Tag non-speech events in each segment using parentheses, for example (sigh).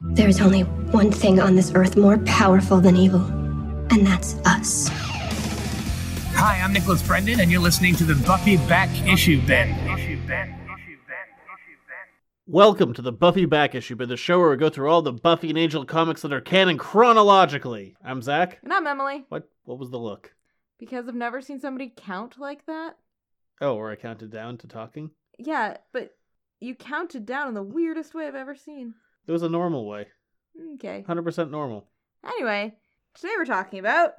There is only one thing on this earth more powerful than evil, and that's us. Hi, I'm Nicholas Brendan, and you're listening to the Buffy Back Issue Ben. Welcome to the Buffy Back Issue, but the show where we go through all the Buffy and Angel comics that are canon chronologically. I'm Zach. And I'm Emily, What what was the look? because I've never seen somebody count like that. Oh, or I counted down to talking? Yeah, but you counted down in the weirdest way I've ever seen. It was a normal way. Okay. 100% normal. Anyway, today we're talking about,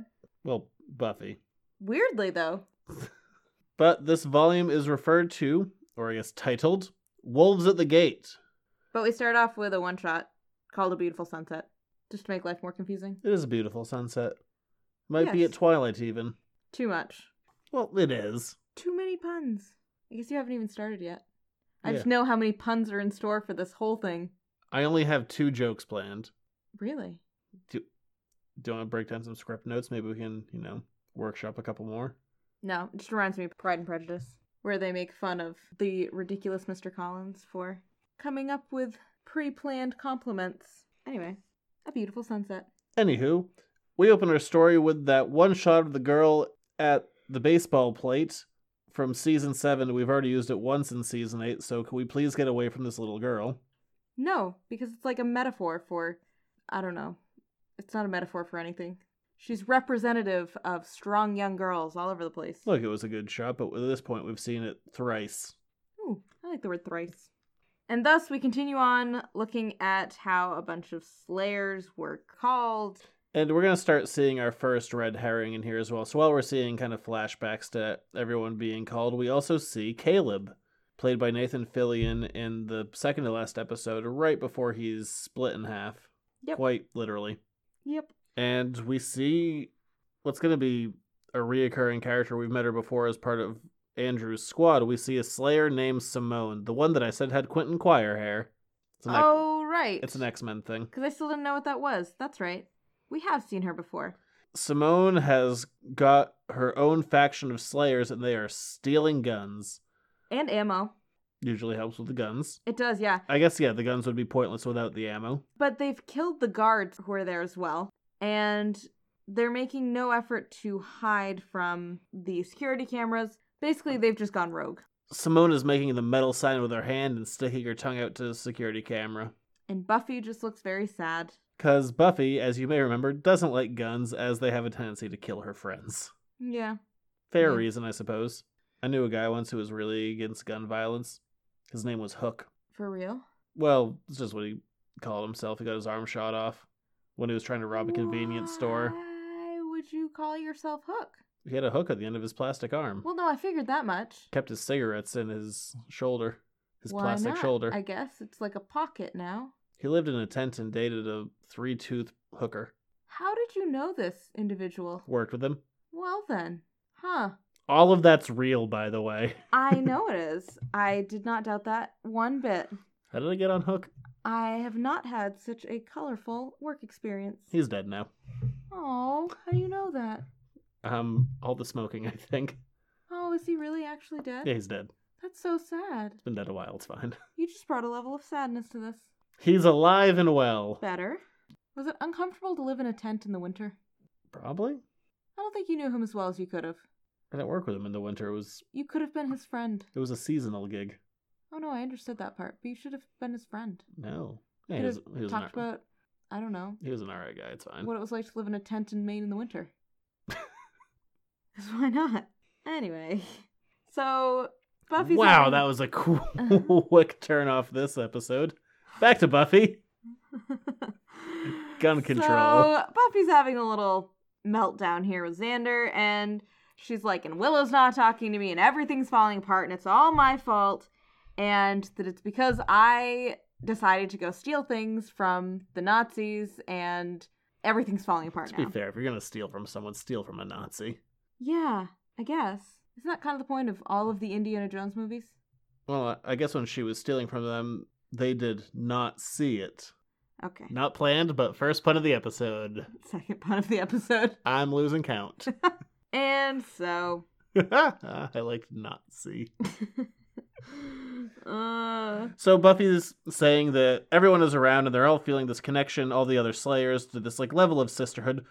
Well, Buffy. weirdly though, But this volume is referred to, or I guess titled, Wolves at the Gate. but we start off with a one shot called A Beautiful Sunset, just to make life more confusing. It is a beautiful sunset. Might be Yes. at twilight even. Too much. Well, it is. Too many puns. I guess you haven't even started yet. I just Yeah. know how many puns are in store for this whole thing. I only have two jokes planned. Really? Do you want to break down some script notes? Maybe we can, you know, workshop a couple more. No, it just reminds me of Pride and Prejudice, where they make fun of the ridiculous Mr. Collins for coming up with pre planned compliments. Anyway, a beautiful sunset. Anywho, we open our story with that one shot of the girl at the baseball plate from season seven. We've already used it once in season eight, so can we please get away from this little girl? No, because it's like a metaphor for, I don't know, it's not a metaphor for anything. She's representative of strong young girls all over the place. Look, it was a good shot, but at this point we've seen it thrice. Ooh, I like the word thrice. And thus we continue on looking at how a bunch of slayers were called. And we're going to start seeing our first red herring in here as well. So while we're seeing kind of flashbacks to everyone being called, we also see Caleb, played by Nathan Fillion in the second to last episode, right before he's split in half. Yep. Quite literally. Yep. and we see what's going to be a reoccurring character we've met her before as part of andrew's squad we see a slayer named simone the one that i said had quentin quire hair it's an, X- oh, right. it's an x-men thing Because I still didn't know what that was. That's right. We have seen her before. simone has got her own faction of slayers and they are stealing guns And ammo. usually helps with the guns It does, yeah. i guess yeah the guns would be pointless without the ammo But they've killed the guards who are there as well. And they're making no effort to hide from the security cameras. Basically, they've just gone rogue. simone is making the metal sign with her hand and sticking her tongue out to the security camera And Buffy just looks very sad. Because Buffy, as you may remember, doesn't like guns as they have a tendency to kill her friends. Yeah. Fair Yeah. reason, I suppose. I knew a guy once who was really against gun violence. His name was Hook. For real? Well, it's just what he called himself. He got his arm shot off when he was trying to rob a convenience store. Why would you call yourself Hook? He had a hook at the end of his plastic arm. Well, no, I figured that much. Kept his cigarettes in his shoulder, his Why plastic not? shoulder. I guess it's like a pocket now. He lived in a tent and dated a three tooth hooker. How did you know this individual? Worked with him. Well, then. Huh. All of that's real, by the way. (laughs) I know it is. I did not doubt that one bit. How did I get on Hook? I have not had such a colorful work experience. He's dead now. Oh, how do you know that? Um, all the smoking, I think. Oh, is he really actually dead? Yeah, he's dead. (laughs) That's so sad. Been dead a while. It's (laughs) fine. (laughs) You just brought a level of sadness to this. He's alive and well. Better. Was it uncomfortable to live in a tent in the winter? Probably. I don't think you knew him as well as you could have. I didn't work with him in the winter. It was You could have been his friend. it was a seasonal gig. Oh no, I understood that part, but you should have been his friend. No. Yeah, he Could was, have he was an talked all right, about, I don't know, he was an alright guy. It's fine. what it was like to live in a tent in Maine in the winter. (laughs) 'Cause why not? Anyway, so Buffy's Uh-huh. wow, having- that was a (laughs) quick turn off this episode. Back to (laughs) Buffy. gun control. So Buffy's having a little meltdown here with Xander, and she's like, "And Willow's not talking to me, and everything's falling apart, and it's all my fault, and that it's because I decided to go steal things from the Nazis, and everything's falling apart To now." be fair, if you're gonna steal from someone, steal from a Nazi. Yeah, I guess. Isn't that kind of the point of all of the Indiana Jones movies? Well, I I guess when she was stealing from them, they did not see it. Okay. Not planned, but first pun of the episode. Second part of the episode. I'm losing (laughs) count. And so I like Nazi. Uh, So Buffy's saying that everyone is around and they're all feeling this connection, all the other Slayers, to this like level of sisterhood,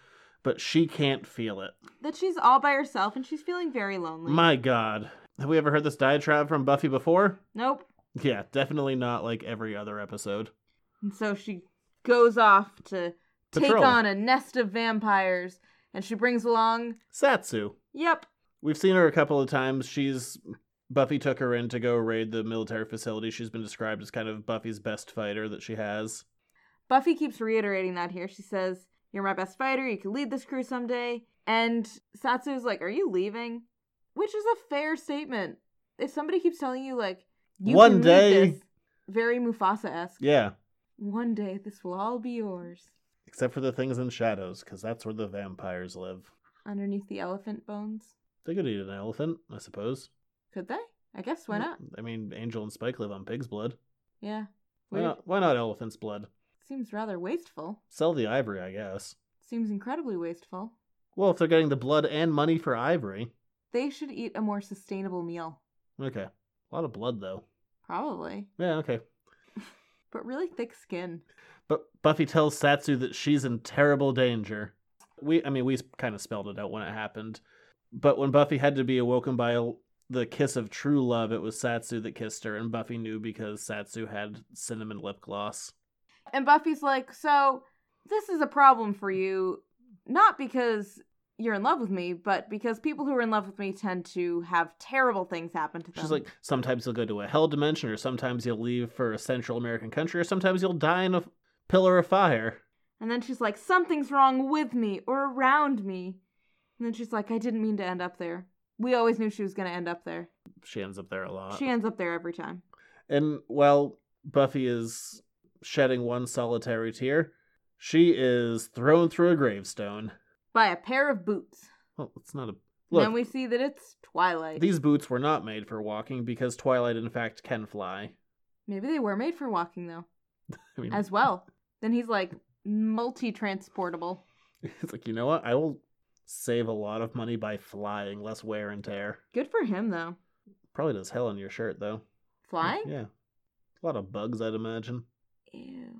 but she can't feel it. that she's all by herself and she's feeling very lonely. My God. Have we ever heard this diatribe from Buffy before? nope. Yeah, definitely not like every other episode. And so she goes off to Patrol. take on a nest of vampires and she brings along, Satsu. yep, We've seen her a couple of times. She's Buffy took her in to go raid the military facility. She's been described as kind of Buffy's best fighter that she has. Buffy keeps reiterating that here. She says, You're my best fighter. You could lead this crew someday. And Satsu's like, Are you leaving? Which is a fair statement. If somebody keeps telling you, like, you One can lead day- this, very Mufasa esque, Yeah, one day this will all be yours except for the things in shadows, because that's where the vampires live. underneath the elephant bones. They could eat an elephant, I suppose. Mm, Could they? I guess, why not? I mean, Angel and Spike live on pig's blood. Yeah. Why Weird. not, why not elephant's blood? Seems rather wasteful. Sell the ivory, I guess. Seems incredibly wasteful. Well, if they're getting the blood and money for ivory. They should eat a more sustainable meal. Okay. A lot of blood, though. Probably. Yeah, okay. But really thick skin. But Buffy tells Satsu that she's in terrible danger. We, I mean, we kind of spelled it out when it happened. But when Buffy had to be awoken by l- the kiss of true love, it was Satsu that kissed her, and Buffy knew because Satsu had cinnamon lip gloss. And Buffy's like, So, this is a problem for you, not because you're in love with me, but because people who are in love with me tend to have terrible things happen to them. She's like, sometimes you'll go to a hell dimension, or sometimes you'll leave for a Central American country, or sometimes you'll die in a f- pillar of fire. And then she's like, Something's wrong with me or around me. And then she's like, I didn't mean to end up there. We always knew she was going to end up there. She ends up there a lot. She ends up there every time. And while Buffy is shedding one solitary tear, she is thrown through a gravestone. By a pair of boots. Well, it's not a And look. then we see that it's Twilight. These boots were not made for walking because Twilight, in fact, can fly. (laughs) Maybe they were made for walking, though, I mean, as well. then he's like, multi transportable. (laughs) it's like you know what? I will save a lot of money by flying, less wear and tear. Good for him, though. Probably does hell on your shirt though. Flying? Yeah, a lot of bugs, I'd imagine. Ew.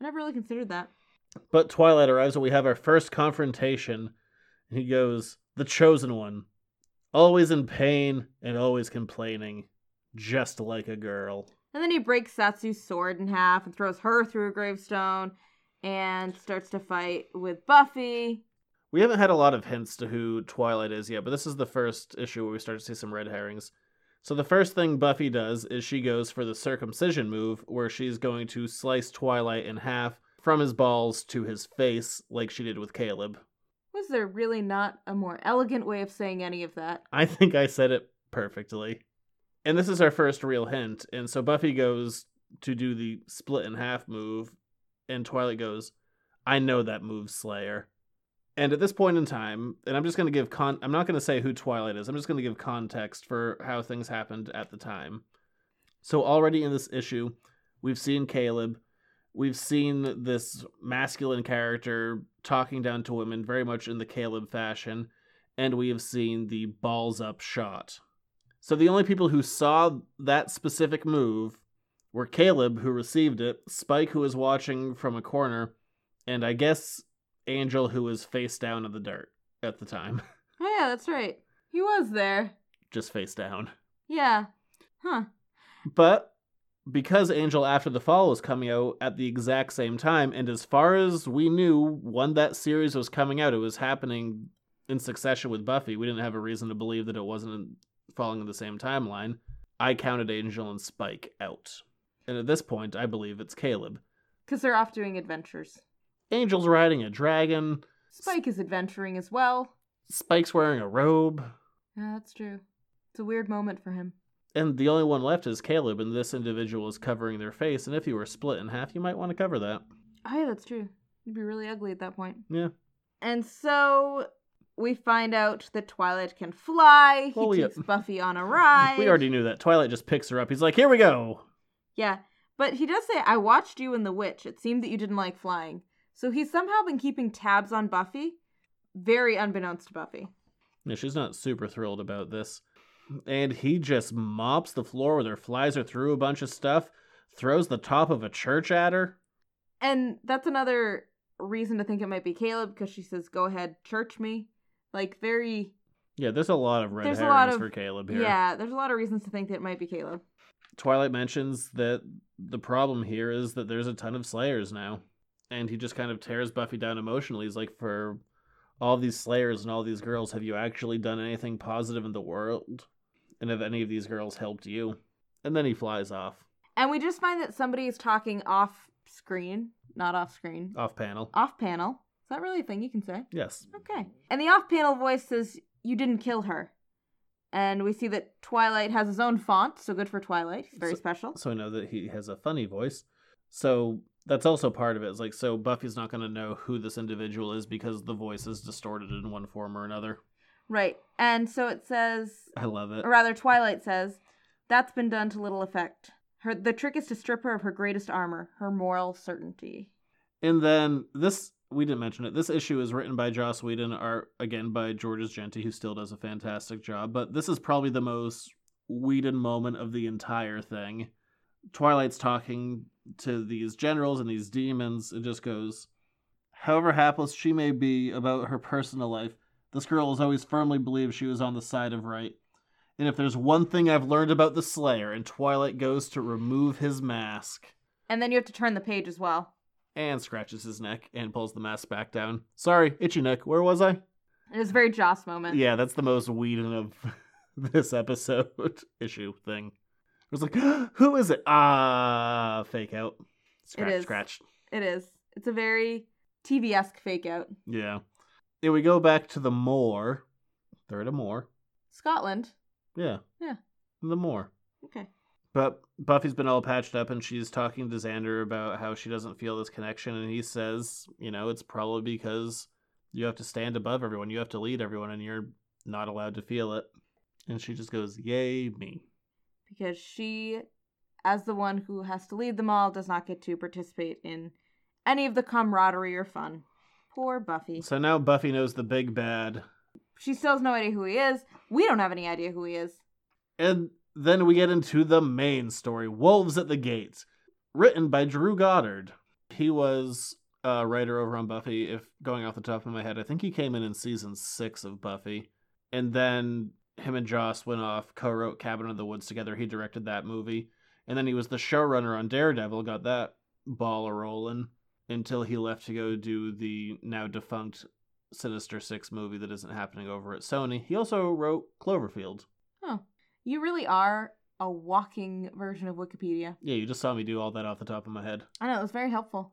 I never really considered that. But Twilight arrives and we have our first confrontation. And he goes, The chosen one. Always in pain and always complaining. Just like a girl. And then he breaks Satsu's sword in half and throws her through a gravestone and starts to fight with Buffy. We haven't had a lot of hints to who Twilight is yet, but this is the first issue where we start to see some red herrings. So the first thing Buffy does is she goes for the circumcision move, where she's going to slice Twilight in half from his balls to his face, like she did with Caleb. Was there really not a more elegant way of saying any of that? I think I said it perfectly. And this is our first real hint. And so Buffy goes to do the split in half move, and Twilight goes, I know that move, Slayer. And at this point in time, and I'm just going to give con, I'm not going to say who Twilight is, I'm just going to give context for how things happened at the time. So already in this issue, we've seen Caleb, we've seen this masculine character talking down to women, very much in the Caleb fashion and we have seen the balls up shot. So the only people who saw that specific move were Caleb, who received it, Spike, who was watching from a corner, and I guess Angel, who was face down in the dirt at the time. (laughs) Oh, yeah, that's right. He was there. Just face down. Yeah. Huh. But because Angel After the Fall was coming out at the exact same time, and as far as we knew, when that series was coming out, it was happening in succession with Buffy. We didn't have a reason to believe that it wasn't falling in the same timeline. I counted Angel and Spike out. And at this point, I believe it's Caleb. Because they're off doing adventures. Angel's riding a dragon, Spike is adventuring as well. Spike's wearing a robe, Yeah, that's true. It's a weird moment for him. and the only one left is Caleb, and this individual is covering their face. And if you were split in half, you might want to cover that. Oh, yeah, that's true. He'd be really ugly at that point. Yeah. And so we find out that Twilight can fly. He Well, we- takes Buffy on a ride. (laughs) We already knew that. Twilight just picks her up. He's like, here we go. Yeah. But he does say, I watched you in The Witch. It seemed that you didn't like flying. So he's somehow been keeping tabs on Buffy, very unbeknownst to Buffy. Yeah, she's not super thrilled about this. and he just mops the floor with her, flies her through a bunch of stuff, throws the top of a church at her. And that's another reason to think it might be Caleb because she says, "Go ahead, church me." Like very Yeah, there's a lot of red There's a lot herrings of- for Caleb here. yeah. There's a lot of reasons to think that it might be Caleb. Twilight mentions that the problem here is that there's a ton of slayers now. And he just kind of tears Buffy down emotionally. He's like, for all these slayers and all these girls, have you actually done anything positive in the world? And have any of these girls helped you? And then he flies off, And we just find that somebody is talking off screen, not off screen, off panel. off panel. Is that really a thing you can say? Yes. Okay. And the off panel voice says, You didn't kill her. And we see that Twilight has his own font, so good for Twilight. He's very So- special. So I know that he has a funny voice. So that's also part of it. It's like, so Buffy's not going to know who this individual is because the voice is distorted in one form or another. Right. And so it says, I love it. or rather, Twilight says, That's been done to little effect. Her, the trick is to strip her of her greatest armor, her moral certainty. And then this we didn't mention it. This issue is written by Joss Whedon, art again by Georges Genti, who still does a fantastic job. But this is probably the most Whedon moment of the entire thing. Twilight's talking to these generals and these demons, and just goes, however hapless she may be about her personal life, this girl has always firmly believed she was on the side of right. And if there's one thing I've learned about the Slayer, and Twilight goes to remove his mask And then you have to turn the page as well. and scratches his neck and pulls the mask back down. Sorry, itchy neck. Where was I? It is a very Joss moment. Yeah, that's the most Whedon of (laughs) this episode (laughs) issue thing. I was like, (gasps) who is it? Ah, fake out. Scratch, is. scratch. It is. It's a very TV esque fake out. Yeah. And we go back to the moor. They're at a moor. Scotland. Yeah. Yeah. The moor. Okay. But Buffy's been all patched up and she's talking to Xander about how she doesn't feel this connection. And he says, you know, it's probably because you have to stand above everyone, you have to lead everyone, and you're not allowed to feel it. And she just goes, yay, me. because she, as the one who has to lead them all, does not get to participate in any of the camaraderie or fun. Poor Buffy. So now Buffy knows the big bad. She still has no idea who he is. We don't have any idea who he is. And then we get into the main story Wolves at the Gate, written by Drew Goddard. He was a writer over on Buffy. If going off the top of my head, I think he came in in season six of Buffy. And then him and Joss went off, co wrote Cabin in the Woods together. He directed that movie. And then he was the showrunner on Daredevil, got that ball a rolling until he left to go do the now defunct Sinister Six movie that isn't happening over at Sony. He also wrote Cloverfield. You really are a walking version of Wikipedia. Yeah, you just saw me do all that off the top of my head. I know, it was very helpful.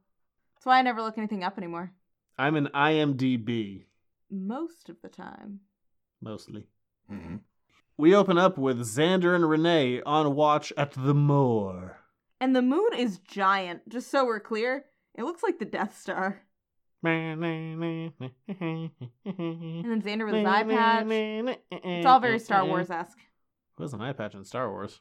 That's why I never look anything up anymore. I'm an IMDb, Most of the time. mostly. We open up with Xander and Renee on watch at the moor. And the moon is giant, just so we're clear. It looks like the Death Star. And With then Xander with his eye patch. It's all very Star Wars esque. Who has an eye patch in Star Wars?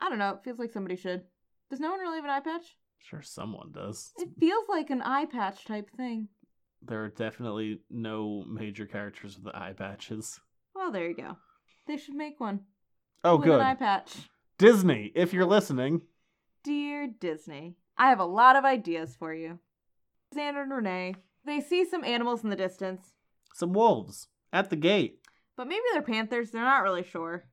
I don't know. It feels like somebody should. Does no one really have an eye patch? Sure, someone does. It feels like an eye patch type thing. There are definitely no major characters with eye patches. Well, there you go. They should make one Oh, with an eye good. patch. Disney, if you're listening. Dear Disney, I have a lot of ideas for you. Xander and Renee, they see some animals in the distance, Some wolves at the gate. but maybe they're panthers. They're not really sure.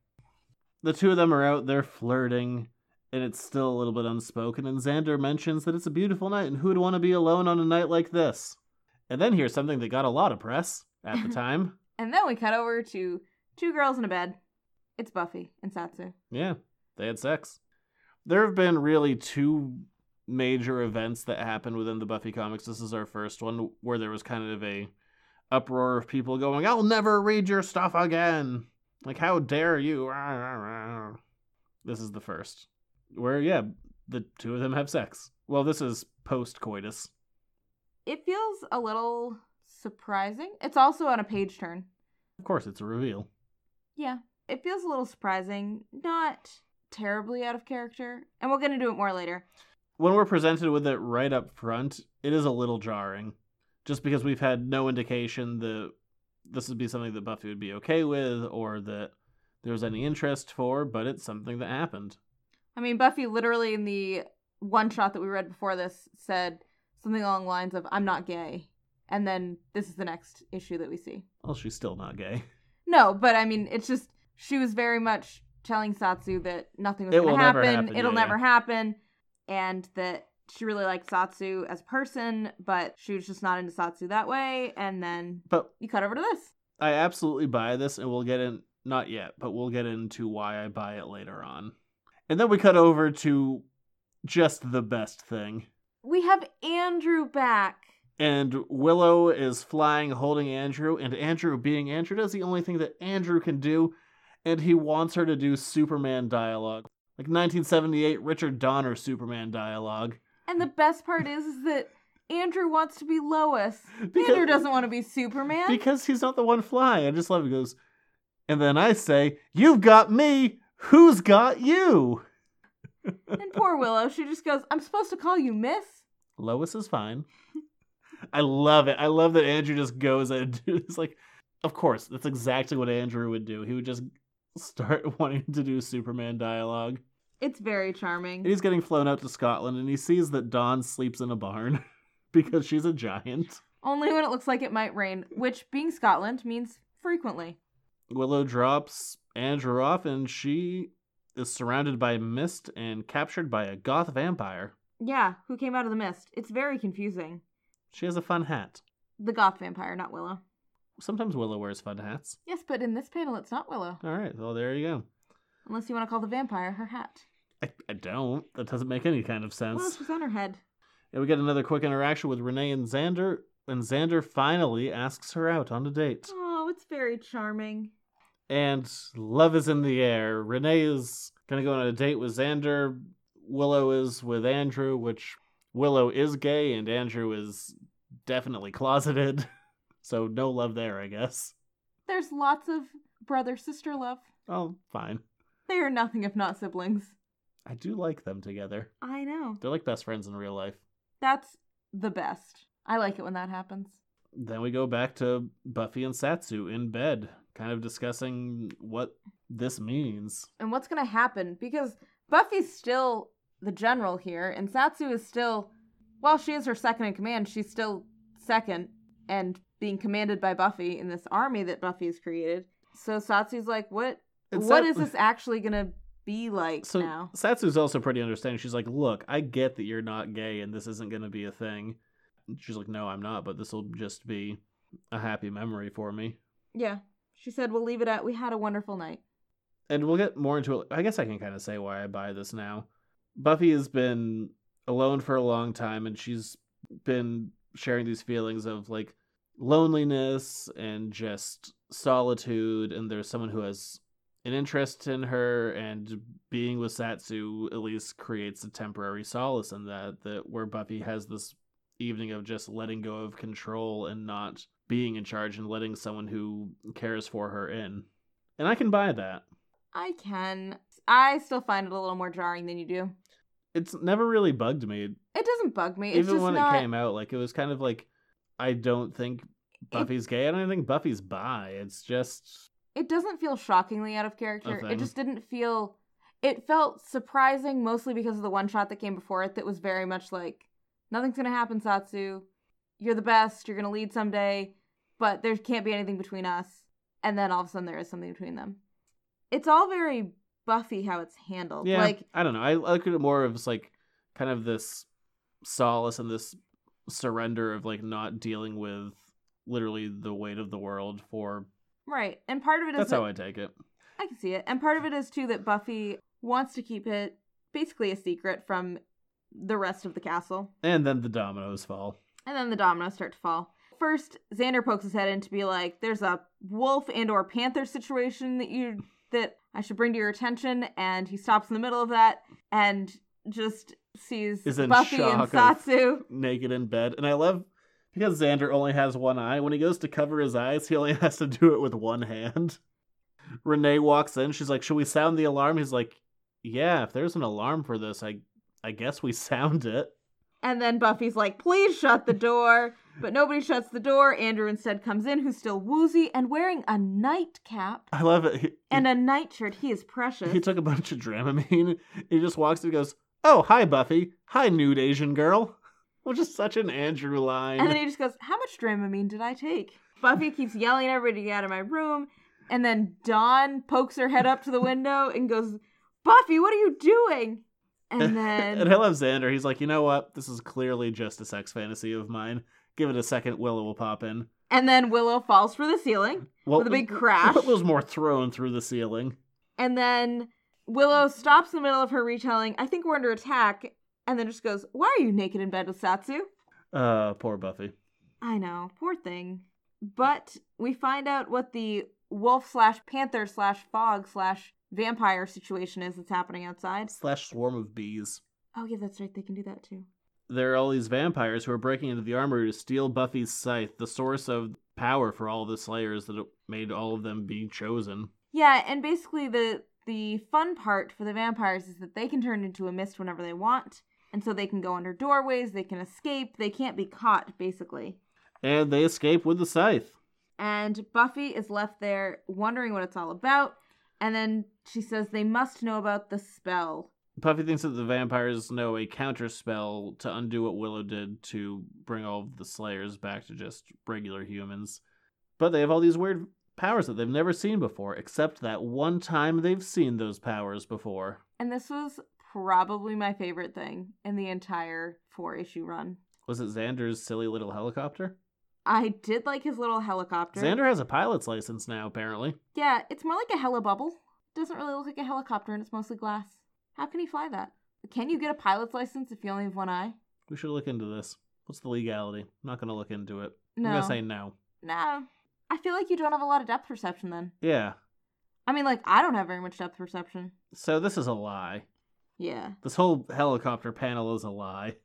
the two of them are out there flirting and it's still a little bit unspoken and xander mentions that it's a beautiful night and who'd want to be alone on a night like this and then here's something that got a lot of press at the time And then we cut over to two girls in a bed. It's Buffy and Satsu. yeah they had sex there have been really two major events that happened within the buffy comics this is our first one where there was kind of a uproar of people going i'll never read your stuff again like how dare you (laughs) Rah, rah, rah. this is the first where yeah the two of them have sex well this is post coitus It feels a little surprising. It's also on a page turn. of course it's a reveal Yeah. It feels a little surprising, not terribly out of character. And we'll get into it more later. when we're presented with it right up front, it is a little jarring, just because we've had no indication that this would be something that Buffy would be okay with, or that there was any interest for, but it's something that happened. I mean, Buffy literally in the one shot that we read before this said something along the lines of, I'm not gay. And then this is the next issue that we see. Well, she's still not gay. (laughs) No, but I mean, it's just, she was very much telling Satsu that nothing was It going will to never happen. happen, It'll yeah, never yeah. happen. And that she really liked Satsu as a person, but she was just not into Satsu that way. And then But you cut over to this. I absolutely buy this, and we'll get in, not yet, but we'll get into why I buy it later on. And then we cut over to just the best thing. We have Andrew back. And Willow is flying, holding Andrew, and Andrew, being Andrew, does the only thing that Andrew can do, and he wants her to do Superman dialogue. Like 1978 Richard Donner Superman dialogue. And the best part is, is that Andrew wants to be Lois. Because- Andrew doesn't want to be Superman. Because he's not the one flying. I just love it. He goes, and then I say, You've got me. Who's got you? And poor Willow, she just goes, I'm supposed to call you Miss? Lois is fine. I love it. I love that Andrew just goes and (laughs) it's like, of course, that's exactly what Andrew would do. He would just start (laughs) wanting to do Superman dialogue. It's very charming. And he's getting flown out to Scotland and he sees that Dawn sleeps in a barn (laughs) because she's a giant. Only when it looks like it might rain, which, being Scotland, means frequently. Willow drops Andrew off and she is surrounded by mist and captured by a goth vampire. Yeah, who came out of the mist. It's very confusing. She has a fun hat. The goth vampire, not Willow. Sometimes Willow wears fun hats. Yes, but in this panel, it's not Willow. All right, well, there you go. Unless you want to call the vampire her hat. I, I don't. That doesn't make any kind of sense. Well, she's on her head. And we get another quick interaction with Renee and Xander, and Xander finally asks her out on a date. Oh, it's very charming. And love is in the air. Renee is gonna go on a date with Xander. Willow is with Andrew, which Willow is gay, and Andrew is definitely closeted. (laughs) So no love there, I guess. There's lots of brother sister love. Oh, fine. They are nothing if not siblings. I do like them together. I know. They're like best friends in real life. That's the best. I like it when that happens. then we go back to Buffy and Satsu in bed, kind of discussing what this means. and what's going to happen because Buffy's still the general here, and Satsu is still, while she is her second in command, she's still second and being commanded by Buffy in this army that Buffy has created. So Satsu's like, what? What And is Sat- this actually going to be like So now? Satsu's also pretty understanding. She's like, "Look, I get that you're not gay and this isn't going to be a thing." And she's like, "No, I'm not, but this will just be a happy memory for me." Yeah, she said we'll leave it at we had a wonderful night. And we'll get more into it. I guess I can kind of say why I buy this now. Buffy has been alone for a long time and she's been sharing these feelings of like loneliness and just solitude and there's someone who has an interest in her and being with Satsu at least creates a temporary solace in that that where Buffy has this evening of just letting go of control and not being in charge and letting someone who cares for her in. And I can buy that. I can. I still find it a little more jarring than you do. It's never really bugged me It doesn't bug me. It's even just when not, it came out, like it was kind of like I don't think Buffy's gay. I don't even think Buffy's bi. It's just it doesn't feel shockingly out of character. thing. It just didn't feel. It felt surprising mostly because of the one shot that came before it that was very much like, nothing's gonna happen, Satsu. You're the best. You're gonna lead someday, but there can't be anything between us. And then all of a sudden there is something between them. It's all very Buffy how it's handled. yeah. Like I don't know. I look at it more of as, like kind of this solace and this surrender of like not dealing with literally the weight of the world for right. And part of it is that's that- how I take it. I can see it. And part of it is too that Buffy wants to keep it basically a secret from the rest of the castle. And then the dominoes fall. And then the dominoes start to fall. First, Xander pokes his head in to be like, "There's a wolf and or panther situation that you that I should bring to your attention," and he stops in the middle of that and just sees Is in Buffy and shock of- Satsu. naked in bed. And I love because Xander only has one eye. When he goes to cover his eyes, he only (laughs) has to do it with one hand. Renee walks in. She's like, "Should we sound the alarm?" He's like, "Yeah, if there's an alarm for this, I I guess we sound it." And then Buffy's like, please shut the door. But nobody shuts the door. Andrew instead comes in, who's still woozy and wearing a nightcap I love it. He, and uh, a nightshirt. He is precious. he took a bunch of Dramamine. (laughs) He just walks and goes, "Oh, hi, Buffy. Hi, nude Asian girl," (laughs) which is such an Andrew line. (laughs) And then he just goes, How much Dramamine did I take? Buffy keeps yelling at everybody to get out of my room. And then Dawn pokes her head up to the window and goes, Buffy, what are you doing? And and then I love Xander. He's like, you know what? This is clearly just a sex fantasy of mine. Give it a second, Willow will pop in. and then Willow falls for the ceiling Well, with a big (laughs) crash. Willow's more thrown through the ceiling. (laughs) And then Willow stops in the middle of her retelling, I think we're under attack, and then just goes, Why are you naked in bed with Satsu? Uh, poor Buffy. I know, poor thing. But we find out what the wolf slash panther slash fog slash vampire situation is that's happening outside. Slash swarm of bees. Oh, yeah, that's right. They can do that too. There are all these vampires who are breaking into the armory to steal Buffy's scythe, the source of power for all the slayers that made all of them be chosen. Yeah, and basically the the fun part for the vampires is that they can turn into a mist whenever they want, and so they can go under doorways, they can escape, they can't be caught basically. And they escape with the scythe. And Buffy is left there wondering what it's all about, and then she says they must know about the spell. Buffy thinks that the vampires know a counter spell to undo what Willow did to bring all of the slayers back to just regular humans. But they have all these weird powers that they've never seen before, except that one time they've seen those powers before. And this was probably my favorite thing in the entire four issue run. Was it Xander's silly little helicopter? I did like his little helicopter. Xander has a pilot's license now, apparently. Yeah, it's more like a helibubble. Doesn't really look like a helicopter and it's mostly glass. How can he fly that? Can you get a pilot's license if you only have one eye? We should look into this. What's the legality? I'm not going to look into it. I'm No. going to say no. No. I feel like you don't have a lot of depth perception then. Yeah. I mean, like, I don't have very much depth perception. So this is a lie. Yeah. This whole helicopter panel is a lie.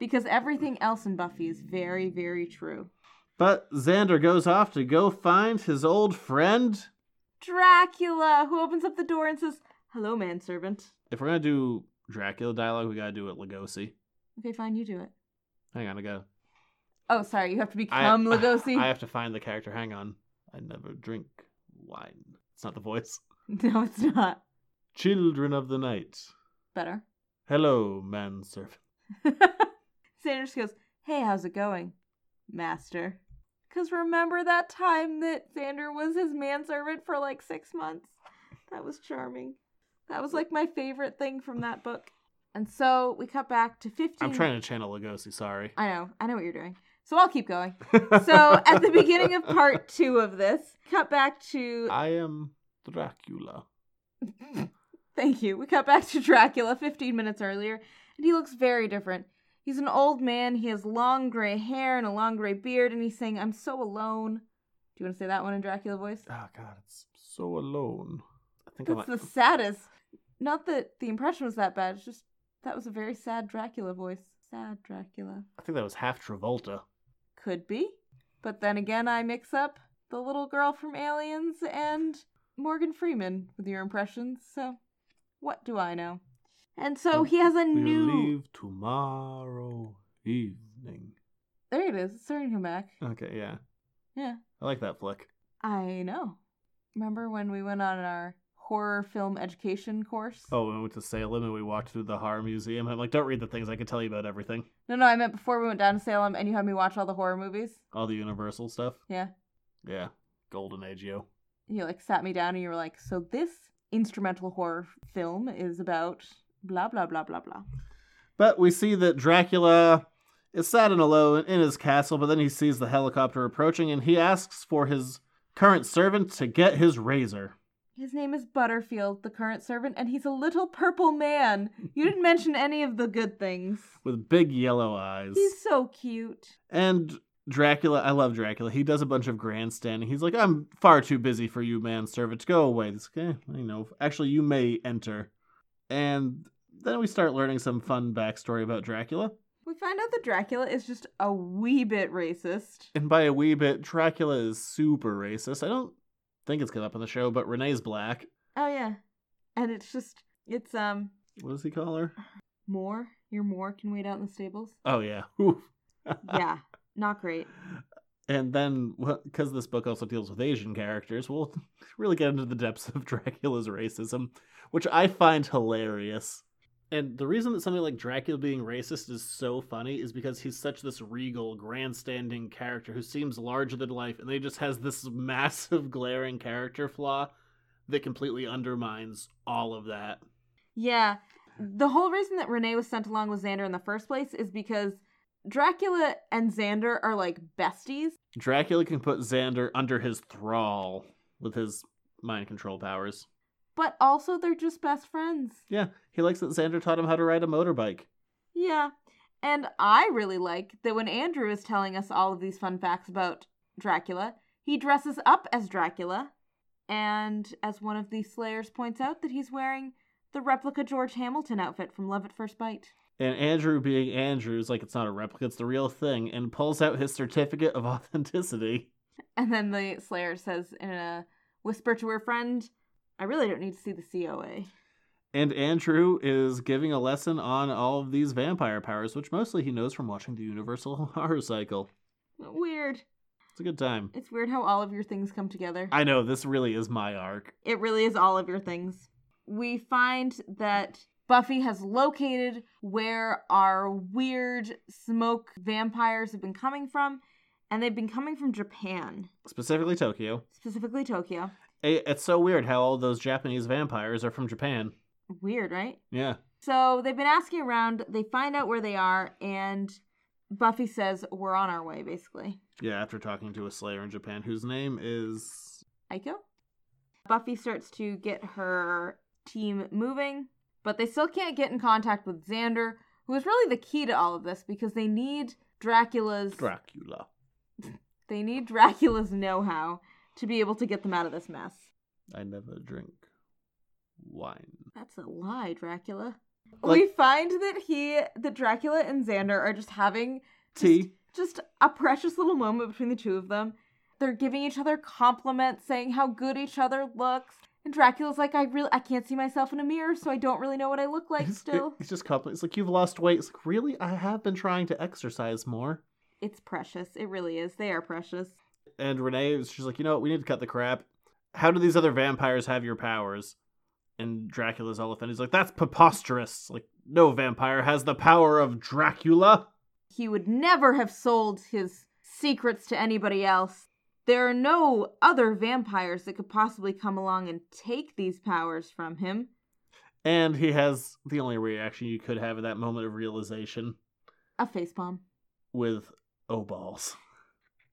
Because everything else in Buffy is very, very true. But Xander goes off to go find his old friend. Dracula, who opens up the door and says, Hello, manservant. If we're gonna do Dracula dialogue, we gotta do it Lugosi. Okay, fine, you do it. Hang on, I go. Oh, sorry, you have I, to become Lugosi. I have to find the character. Hang on. I never drink wine. It's not the voice. (laughs) No, it's not. Children of the night. Better. (laughs) Hello, manservant. Sandra just goes, Hey, how's it going, master? Because remember that time that Xander was his manservant for like six months? That was charming. That was like my favorite thing from that book. And so we cut back to 15. I'm trying to channel Lugosi. Sorry. I know, I know what you're doing. So I'll keep going. So at the (laughs) beginning of part two of this, cut back to I am Dracula. Thank you. We cut back to Dracula 15 minutes earlier, and he looks very different. He's an old man. He has long gray hair and a long gray beard, and he's saying, I'm so alone. Do you want to say that one in Dracula voice? Oh God, it's so alone. I think I That's might. the saddest. Not that the impression was that bad, it's just that was a very sad Dracula voice. Sad Dracula. I think that was half Travolta. Could be. But then again, I mix up the little girl from Aliens and Morgan Freeman with your impressions, so what do I know? And so he has a we new. leave tomorrow evening. There it is. It's starting to come back. Okay, yeah. Yeah. I like that flick. I know. Remember when we went on our horror film education course? Oh, we went to Salem and we walked through the horror museum. I'm like, don't read the things. I can tell you about everything. No, no, I meant before we went down to Salem and you had me watch all the horror movies. All the Universal stuff. Yeah. Yeah. Golden Age, yo. You like sat me down and you were like, so this instrumental horror film is about blah, blah, blah, blah, blah. But we see that Dracula is sad and alone in his castle, but then he sees the helicopter approaching and he asks for his current servant to get his razor. His name is Butterfield, the current servant, and he's a little purple man. You didn't mention any of the good things. With big yellow eyes. He's so cute. And Dracula, I love Dracula. He does a bunch of grandstanding. He's like, I'm far too busy for you, manservant. Go away. This guy, you know, actually, you may enter. And then we start learning some fun backstory about Dracula. We find out that Dracula is just a wee bit racist. And by a wee bit, Dracula is super racist. I don't think it's come up on the show, but Renee's black. Oh yeah. And it's just it's um What does he call her? more Your Moore can wait out in the stables. Oh yeah. Oof. Yeah, not great. And then, because this book also deals with Asian characters, we'll (laughs) really get into the depths of (laughs) Dracula's racism, which I find hilarious. And the reason that something like Dracula being racist is so funny is because he's such this regal, grandstanding character who seems larger than life, and then he just has this (laughs) massive, glaring character flaw that completely undermines all of that. Yeah, the whole reason that Renee was sent along with Xander in the first place is because Dracula and Xander are like besties. Dracula can put Xander under his thrall with his mind control powers. but also they're just best friends. Yeah, he likes that Xander taught him how to ride a motorbike. Yeah. And I really like that when Andrew is telling us all of these fun facts about Dracula, he dresses up as Dracula. And as one of the Slayers points out, that he's wearing the replica George Hamilton outfit from Love at First Bite. And Andrew, being Andrew, is like, it's not a replica, it's the real thing, and pulls out his certificate of (laughs) authenticity. And then the Slayer says in a whisper to her friend, I really don't need to see the COA. And Andrew is giving a lesson on all of these vampire powers, which mostly he knows from watching the Universal (laughs) Horror Cycle. Weird. It's a good time. It's weird how all of your things come together. I know, this really is my arc. It really is all of your things. We find that Buffy has located where our weird smoke vampires have been coming from, and they've been coming from Japan, Specifically Tokyo. specifically Tokyo. Eh, It's so weird how all those Japanese vampires are from Japan. Weird, right? Yeah. So they've been asking around, they find out where they are, and Buffy says, We're on our way, basically. Yeah, after talking to a slayer in Japan whose name is Aiko? Buffy starts to get her team moving, but they still can't get in contact with Xander, who is really the key to all of this because they need Dracula's Dracula. they need Dracula's know-how to be able to get them out of this mess. I never drink wine. That's a lie, Dracula. we Like- find that he that Dracula and Xander are just having Tea. just a precious little moment between the two of them. They're giving each other compliments, saying how good each other looks. And Dracula's like, I really I can't see myself in a mirror, so I don't really know what I look (laughs) like It's- still. It's just couple. It's like you've lost weight. It's like really, I have been trying to exercise more. It's precious. It really is. They are precious. And Renee is just like, you know what? We need to cut the crap. How do these other vampires have your powers? And Dracula's all offended. He's like, that's preposterous. Like, no vampire has the power of Dracula. He would never have sold his secrets to anybody else. There are no other vampires that could possibly come along and take these powers from him. And he has the only reaction you could have at that moment of realization A facepalm. with oh balls.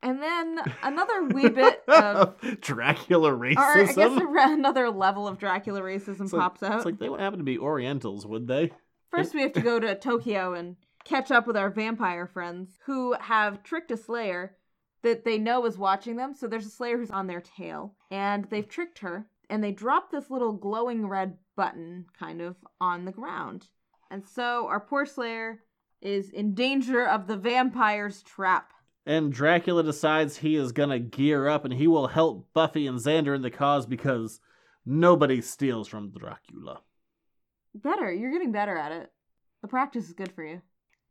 And then another (laughs) wee bit of Dracula racism. or Um, I guess a ra- another level of Dracula racism It's like- pops out. It's like they would happen to be Orientals, would they? First, we have to go to Tokyo and catch up with our vampire friends who have tricked a Slayer that they know is watching them. So there's a Slayer who's on their tail, and they've tricked her, and they drop this little glowing red button kind of on the ground. And so our poor Slayer is in danger of the vampire's trap. And Dracula decides he is gonna gear up and he will help Buffy and Xander in the cause because nobody steals from Dracula. better. You're getting better at it. The practice is good for you.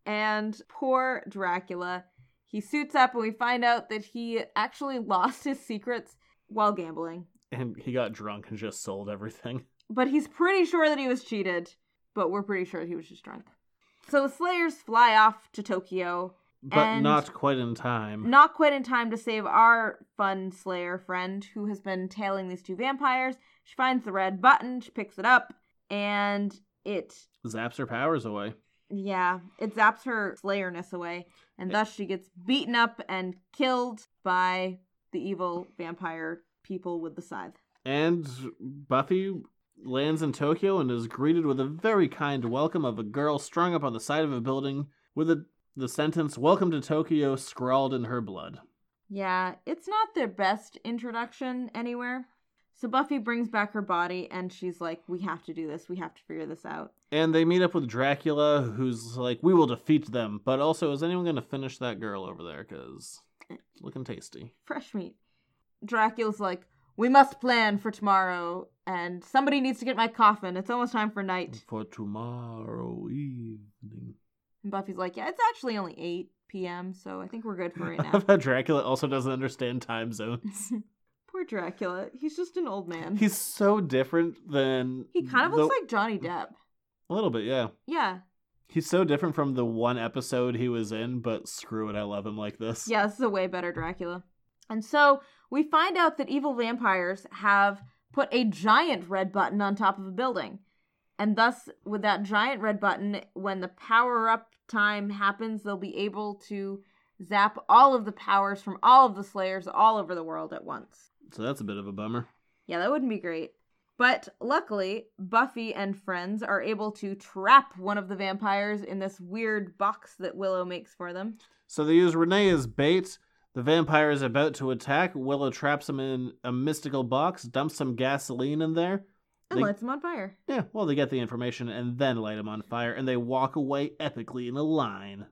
And poor Dracula, he suits up and we find out that he actually (laughs) lost his secrets while gambling. And he got drunk and just sold everything. (laughs) But he's pretty sure that he was cheated, but we're pretty sure he was just drunk. So the Slayers fly off to Tokyo, But And- not quite in time. not quite in time to save our fun Slayer friend who has been tailing these two vampires. She finds the red button, she picks it up, and it Zaps her powers away. Yeah, it zaps her slayerness away, and thus she gets beaten up and killed by the evil vampire people with the scythe. And Buffy lands in Tokyo and is greeted with a very kind welcome of a girl strung up on the side of a building with a, the sentence, Welcome to Tokyo, scrawled in her blood. Yeah, it's not their best introduction anywhere. So Buffy brings back her body and she's like, We have to do this. We have to figure this out. And they meet up with Dracula, who's like, "We will defeat them." But also, is anyone going to finish that girl over there? Because looking tasty. Fresh meat. Dracula's like, we must plan for tomorrow, and somebody needs to get my coffin. It's almost time for night. For tomorrow evening. And Buffy's like, yeah, it's actually only 8 p.m., so I think we're good for (laughs) right I love now. how Dracula also doesn't understand time (laughs) zones. Poor Dracula. He's just an old man. He's so different than he kind of the- looks like Johnny Depp. a little bit, yeah. Yeah. He's so different from the one episode he was in, but screw it, I love him like this. Yeah, this is a way better Dracula. And so we find out that evil vampires have put a giant red button on top of a building. And thus, with that giant red button, when the power up time happens, they'll be able to zap all of the powers from all of the Slayers all over the world at once. So that's a bit of a bummer. Yeah, that wouldn't be great. But luckily, Buffy and friends are able to trap one of the vampires in this weird box that Willow makes for them. So they use Renee as bait. The vampire is about to attack. Willow traps him in a mystical box, dumps some gasoline in there. And They- lights them on fire. Yeah, well, they get the information and then light him on fire, and they walk away epically in a line.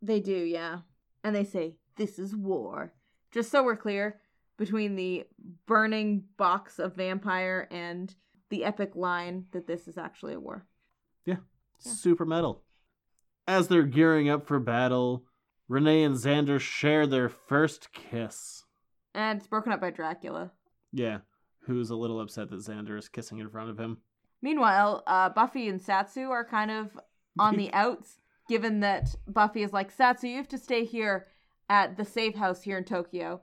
They do, yeah. And they say, This is war. Just so we're clear, between the burning box of vampire and the epic line that this is actually a war. Yeah. Super metal. As they're gearing up for battle, Renee and Xander share their first kiss. And it's broken up by Dracula. Yeah, who's a little upset that Xander is kissing in front of him. Meanwhile, uh, Buffy and Satsu are kind of (laughs) on the outs, given that Buffy is like, Satsu, you have to stay here at the safe house here in Tokyo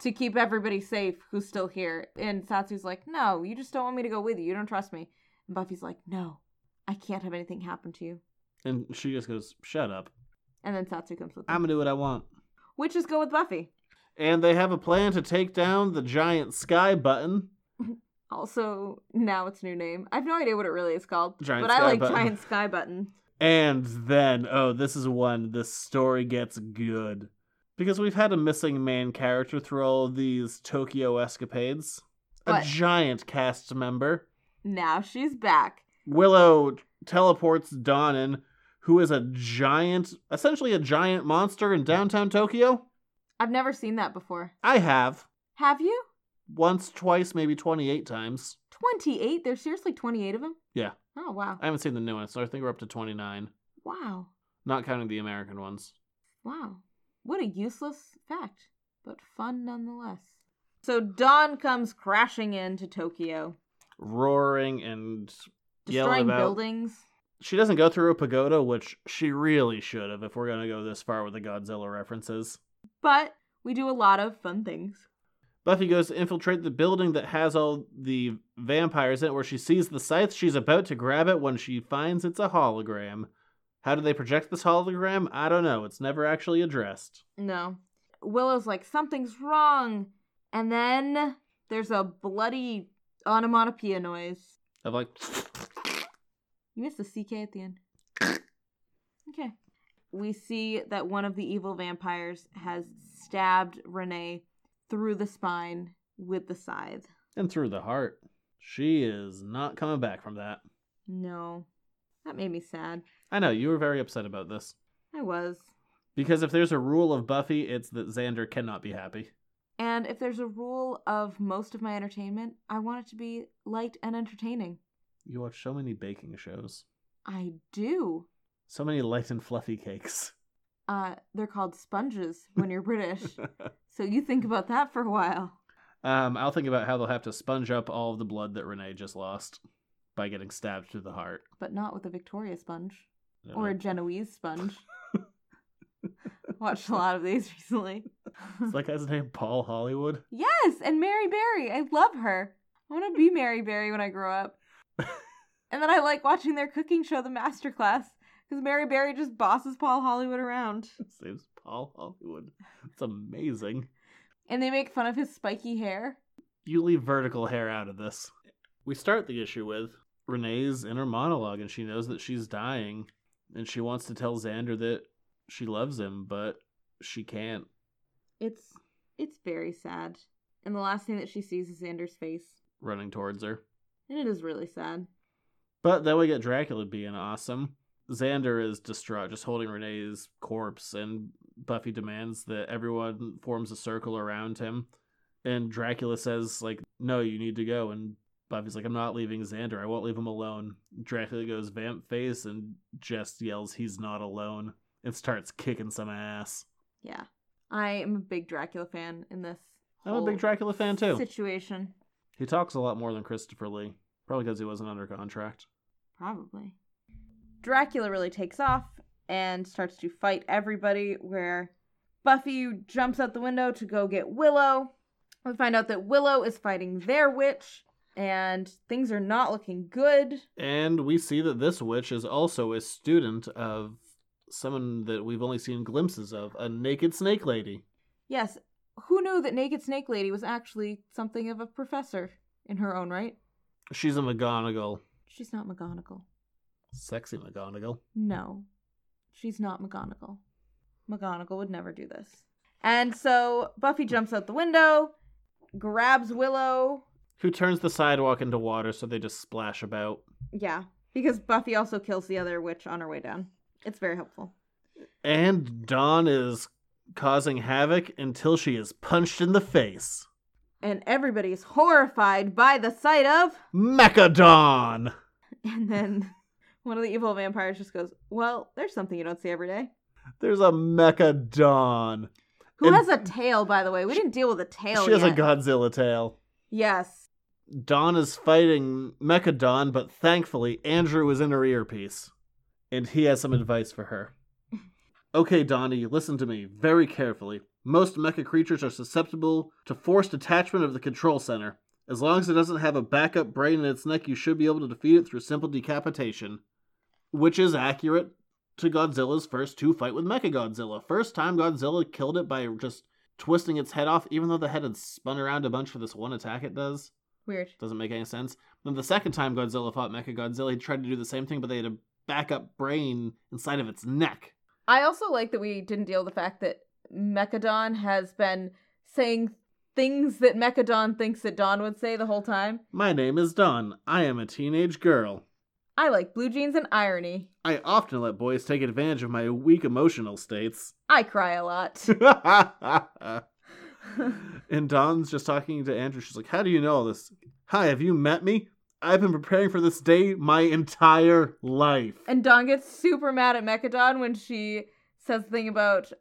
to keep everybody safe who's still here. And Satsu's like, No, you just don't want me to go with you. You don't trust me. And Buffy's like, No, I can't have anything happen to you. And she just goes, Shut up. And then Satsu comes with them. I'm gonna do what I want. Which is go with Buffy. And they have a plan to take down the giant sky button. Also, now it's a new name. I have no idea what it really is called. Giant but Sky I like Button. Giant Sky Button. And then, oh, this is when the story gets good. Because we've had a missing man character through all of these Tokyo escapades. But- A giant cast member. Now she's back. Willow teleports Dawn in, who is a giant, essentially a giant monster in downtown Tokyo. I've never seen that before. I have. Have you? Once, twice, maybe 28 times. 28? There's seriously 28 of them? Yeah. Oh, wow. I haven't seen the new one, so I think we're up to 29. Wow. Not counting the American ones. Wow. What a useless fact, but fun nonetheless. So dawn comes crashing into Tokyo, Roaring and destroying yelling about. buildings. She doesn't go through a pagoda, which she really should have if we're going to go this far with the Godzilla references. But we do a lot of fun things. Buffy goes to infiltrate the building that has all the vampires in it, where she sees the scythe. She's about to grab it when she finds it's a hologram. How do they project this hologram? I don't know. It's never actually addressed. No. Willow's like, something's wrong. And then there's a bloody onomatopoeia noise. Of like, You missed the CK at the end. Okay. We see that one of the evil vampires has stabbed Renee through the spine with the scythe. and through the heart. She is not coming back from that. No. That made me sad. I know, you were very upset about this. I was. Because if there's a rule of Buffy, it's that Xander cannot be happy. And if there's a rule of most of my entertainment, I want it to be light and entertaining. You watch so many baking shows, I do. so many light and fluffy cakes. Uh, they're called sponges when you're British. so you think about that for a while. Um, I'll think about how they'll have to sponge up all of the blood that Renee just lost by getting stabbed through the heart. But not with a Victoria sponge. I don't or a know. Genoese (laughs) sponge. Watched a lot of these (laughs) recently. Is that guy's name Paul Hollywood? (laughs) yes, and Mary Berry. I love her. I want to be Mary Berry when I (laughs) grow up. and then I like watching their cooking show, The Masterclass, because Mary Berry just bosses Paul Hollywood around. His name's Paul Hollywood. It's amazing. And they make fun of his spiky hair. You leave vertical hair out of this. We start the issue with Renee's inner monologue, and she knows that she's dying, and she wants to tell Xander that she loves him, but she can't. It's it's very sad. And the last thing that she sees is Xander's face. Running towards her. And it is really sad. But then we get Dracula being awesome. Xander is distraught, just holding Renee's corpse, and Buffy demands that everyone forms a circle around him. and Dracula says like, "No, you need to go." And Buffy's like, "I'm not leaving Xander. I won't leave him alone." Dracula goes vamp face and just yells, "He's not alone!" and starts kicking some ass. Yeah. I am a big Dracula fan in this. I'm a big whole Dracula fan too. Situation. He talks a lot more than Christopher Lee, probably because he wasn't under contract. Probably. Dracula really takes off and starts to fight everybody, where Buffy jumps out the window to go get Willow. We find out that Willow is fighting their witch, and things are not looking good. And we see that this witch is also a student of someone that we've only seen glimpses of, a naked snake lady. Yes, who knew that Naked Snake Lady was actually something of a professor in her own right? She's a McGonagall. She's not McGonagall. Sexy McGonagall. No, she's not McGonagall. McGonagall would never do this. And so Buffy jumps out the window, grabs Willow. Who turns the sidewalk into water so they just splash about. Yeah, because Buffy also kills the other witch on her way down. It's very helpful. And Dawn is causing havoc until she is punched in the face. And everybody is horrified by the sight of. (laughs) Mecha Dawn! And then one of the evil vampires just goes, Well, there's something you don't see every day. There's a Mecha Dawn. Who And- has a tail, by the way? We didn't deal with a tail. she has a yet. Godzilla tail. Yes. Dawn is fighting Mechadon, but thankfully Andrew is in her earpiece. And he has some advice for her. Okay, Donnie, listen to me very carefully. Most mecha creatures are susceptible to forced detachment of the control center. As long as it doesn't have a backup brain in its neck, you should be able to defeat it through simple decapitation. Which is accurate to Godzilla's first two fight with Mechagodzilla. First time Godzilla killed it by just twisting its head off, even though the head had spun around a bunch for this one attack it does. Weird. Doesn't make any sense. Then the second time Godzilla fought Mechagodzilla, he tried to do the same thing, but they had a backup brain inside of its neck. I also like that we didn't deal with the fact that Mechadon has been saying things that Mechadon thinks that Don would say the whole time. My name is Dawn. I am a teenage girl. I like blue jeans and irony. I often let boys take advantage of my weak emotional (laughs) states. I cry (laughs) a lot. and Dawn's just talking to Andrew. She's like, How do you know all this? Hi, have you met me? I've been preparing for this day my entire life. and Don gets super mad at Mechadon when she says the thing about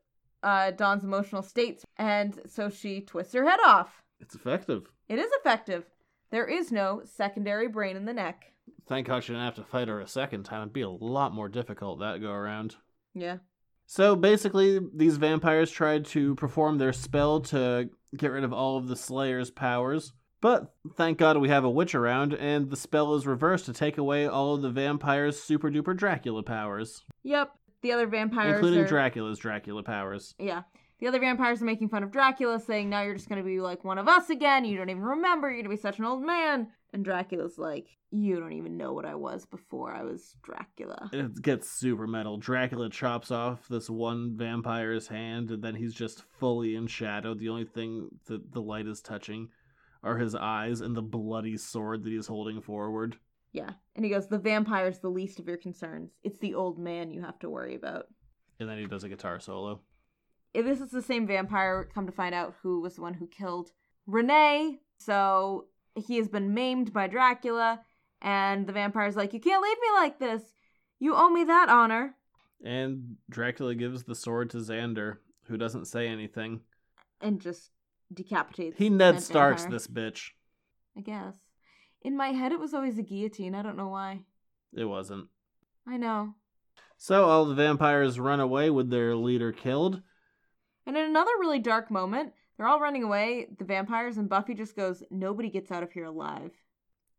uh, Don's emotional states, and so she twists her head off. It's effective. It is effective. There is no secondary brain in the neck. Thank God she didn't have to fight her a second time. It'd be a lot more difficult that go around. Yeah. So basically, these vampires tried to perform their spell to get rid of all of the Slayer's powers. But thank God we have a witch around, and the spell is reversed to take away all of the vampire's super duper Dracula powers, Yep. The other vampires. including are- Dracula's Dracula powers. Yeah. The other vampires are making fun of Dracula, saying, now you're just going to be like one of us again. You don't even remember. You're going to be such an old man. And Dracula's like, you don't even know what I was before I was Dracula. It gets super metal. Dracula chops off this one vampire's hand, and then he's just fully in shadow. The only thing that the light is touching are his eyes and the bloody sword that he's holding forward. Yeah. And he goes, the vampire's the least of your concerns. It's the old man you have to worry about. And then he does a guitar solo. If This is the same vampire, come to find out, who was the one who killed Renee. So he has been maimed by Dracula. And the vampire's like, you can't leave me like this. You owe me that honor. And Dracula gives the sword to Xander, who doesn't say anything. and just decapitates. He Ned that Starks vampire, this bitch. I guess. In my head, it was always a guillotine. I don't know why. It wasn't. I know. So all the vampires run away with their leader killed. And in another really dark moment, they're all running away, the vampires, and Buffy just goes, Nobody gets out of here alive.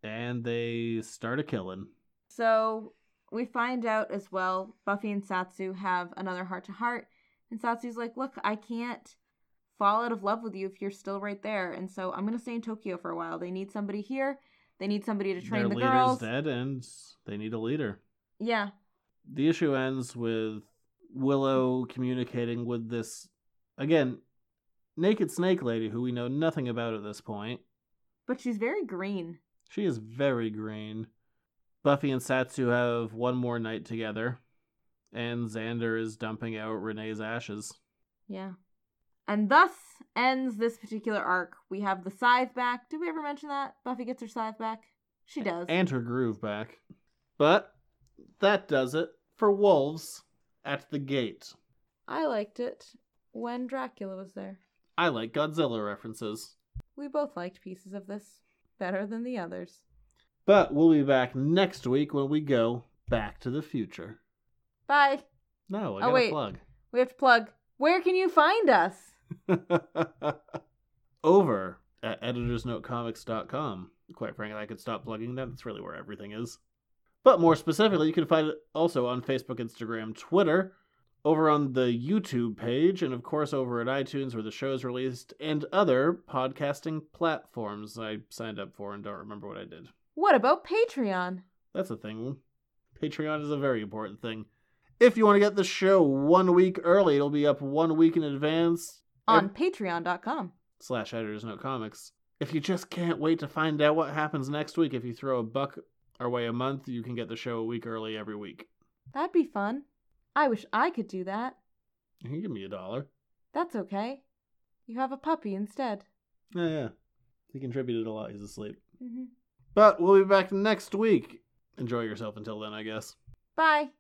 And they start a killing. So we find out as well Buffy and Satsu have another heart to heart. And Satsu's like, Look, I can't fall out of love with you if you're still right there. And so I'm going to stay in Tokyo for a while. They need somebody here. They need somebody to train Their the leader's girls. dead and they need a leader. Yeah. The issue ends with Willow communicating with this again, naked snake lady who we know nothing about at this point. But she's very green. She is very green. Buffy and Satsu have one more night together, and Xander is dumping out Renee's ashes. Yeah. And thus ends this particular arc. We have the scythe back. Did we ever mention that? Buffy gets her scythe back. She does. and her groove back. But that does it for Wolves at the Gate. I liked it when Dracula was there. I like Godzilla references. We both liked pieces of this better than the others. But we'll be back next week when we go back to the future. Bye. No, I Oh, got wait. We have to plug. Where can you find us? a plug. (laughs) Over at editorsnotecomics.com. Quite frankly, I could stop plugging that. That's really where everything is. But more specifically, you can find it also on Facebook, Instagram, Twitter, over on the YouTube page, and of course over at iTunes where the show is released, and other podcasting platforms I signed up for and don't remember what I did. What about Patreon? That's a thing. Patreon is a very important thing. If you want to get the show one week early, it'll be up one week in advance. On Ev- patreon.com. slash editors note comics. If you just can't wait to find out what happens next week, if you throw a buck our way a month, you can get the show a week early every week. That'd be fun. I wish I could do that. You can give me a dollar. That's okay. You have a puppy instead. Yeah, yeah. He contributed a lot. He's asleep. hmm But we'll be back next week. Enjoy yourself until then, I guess. Bye.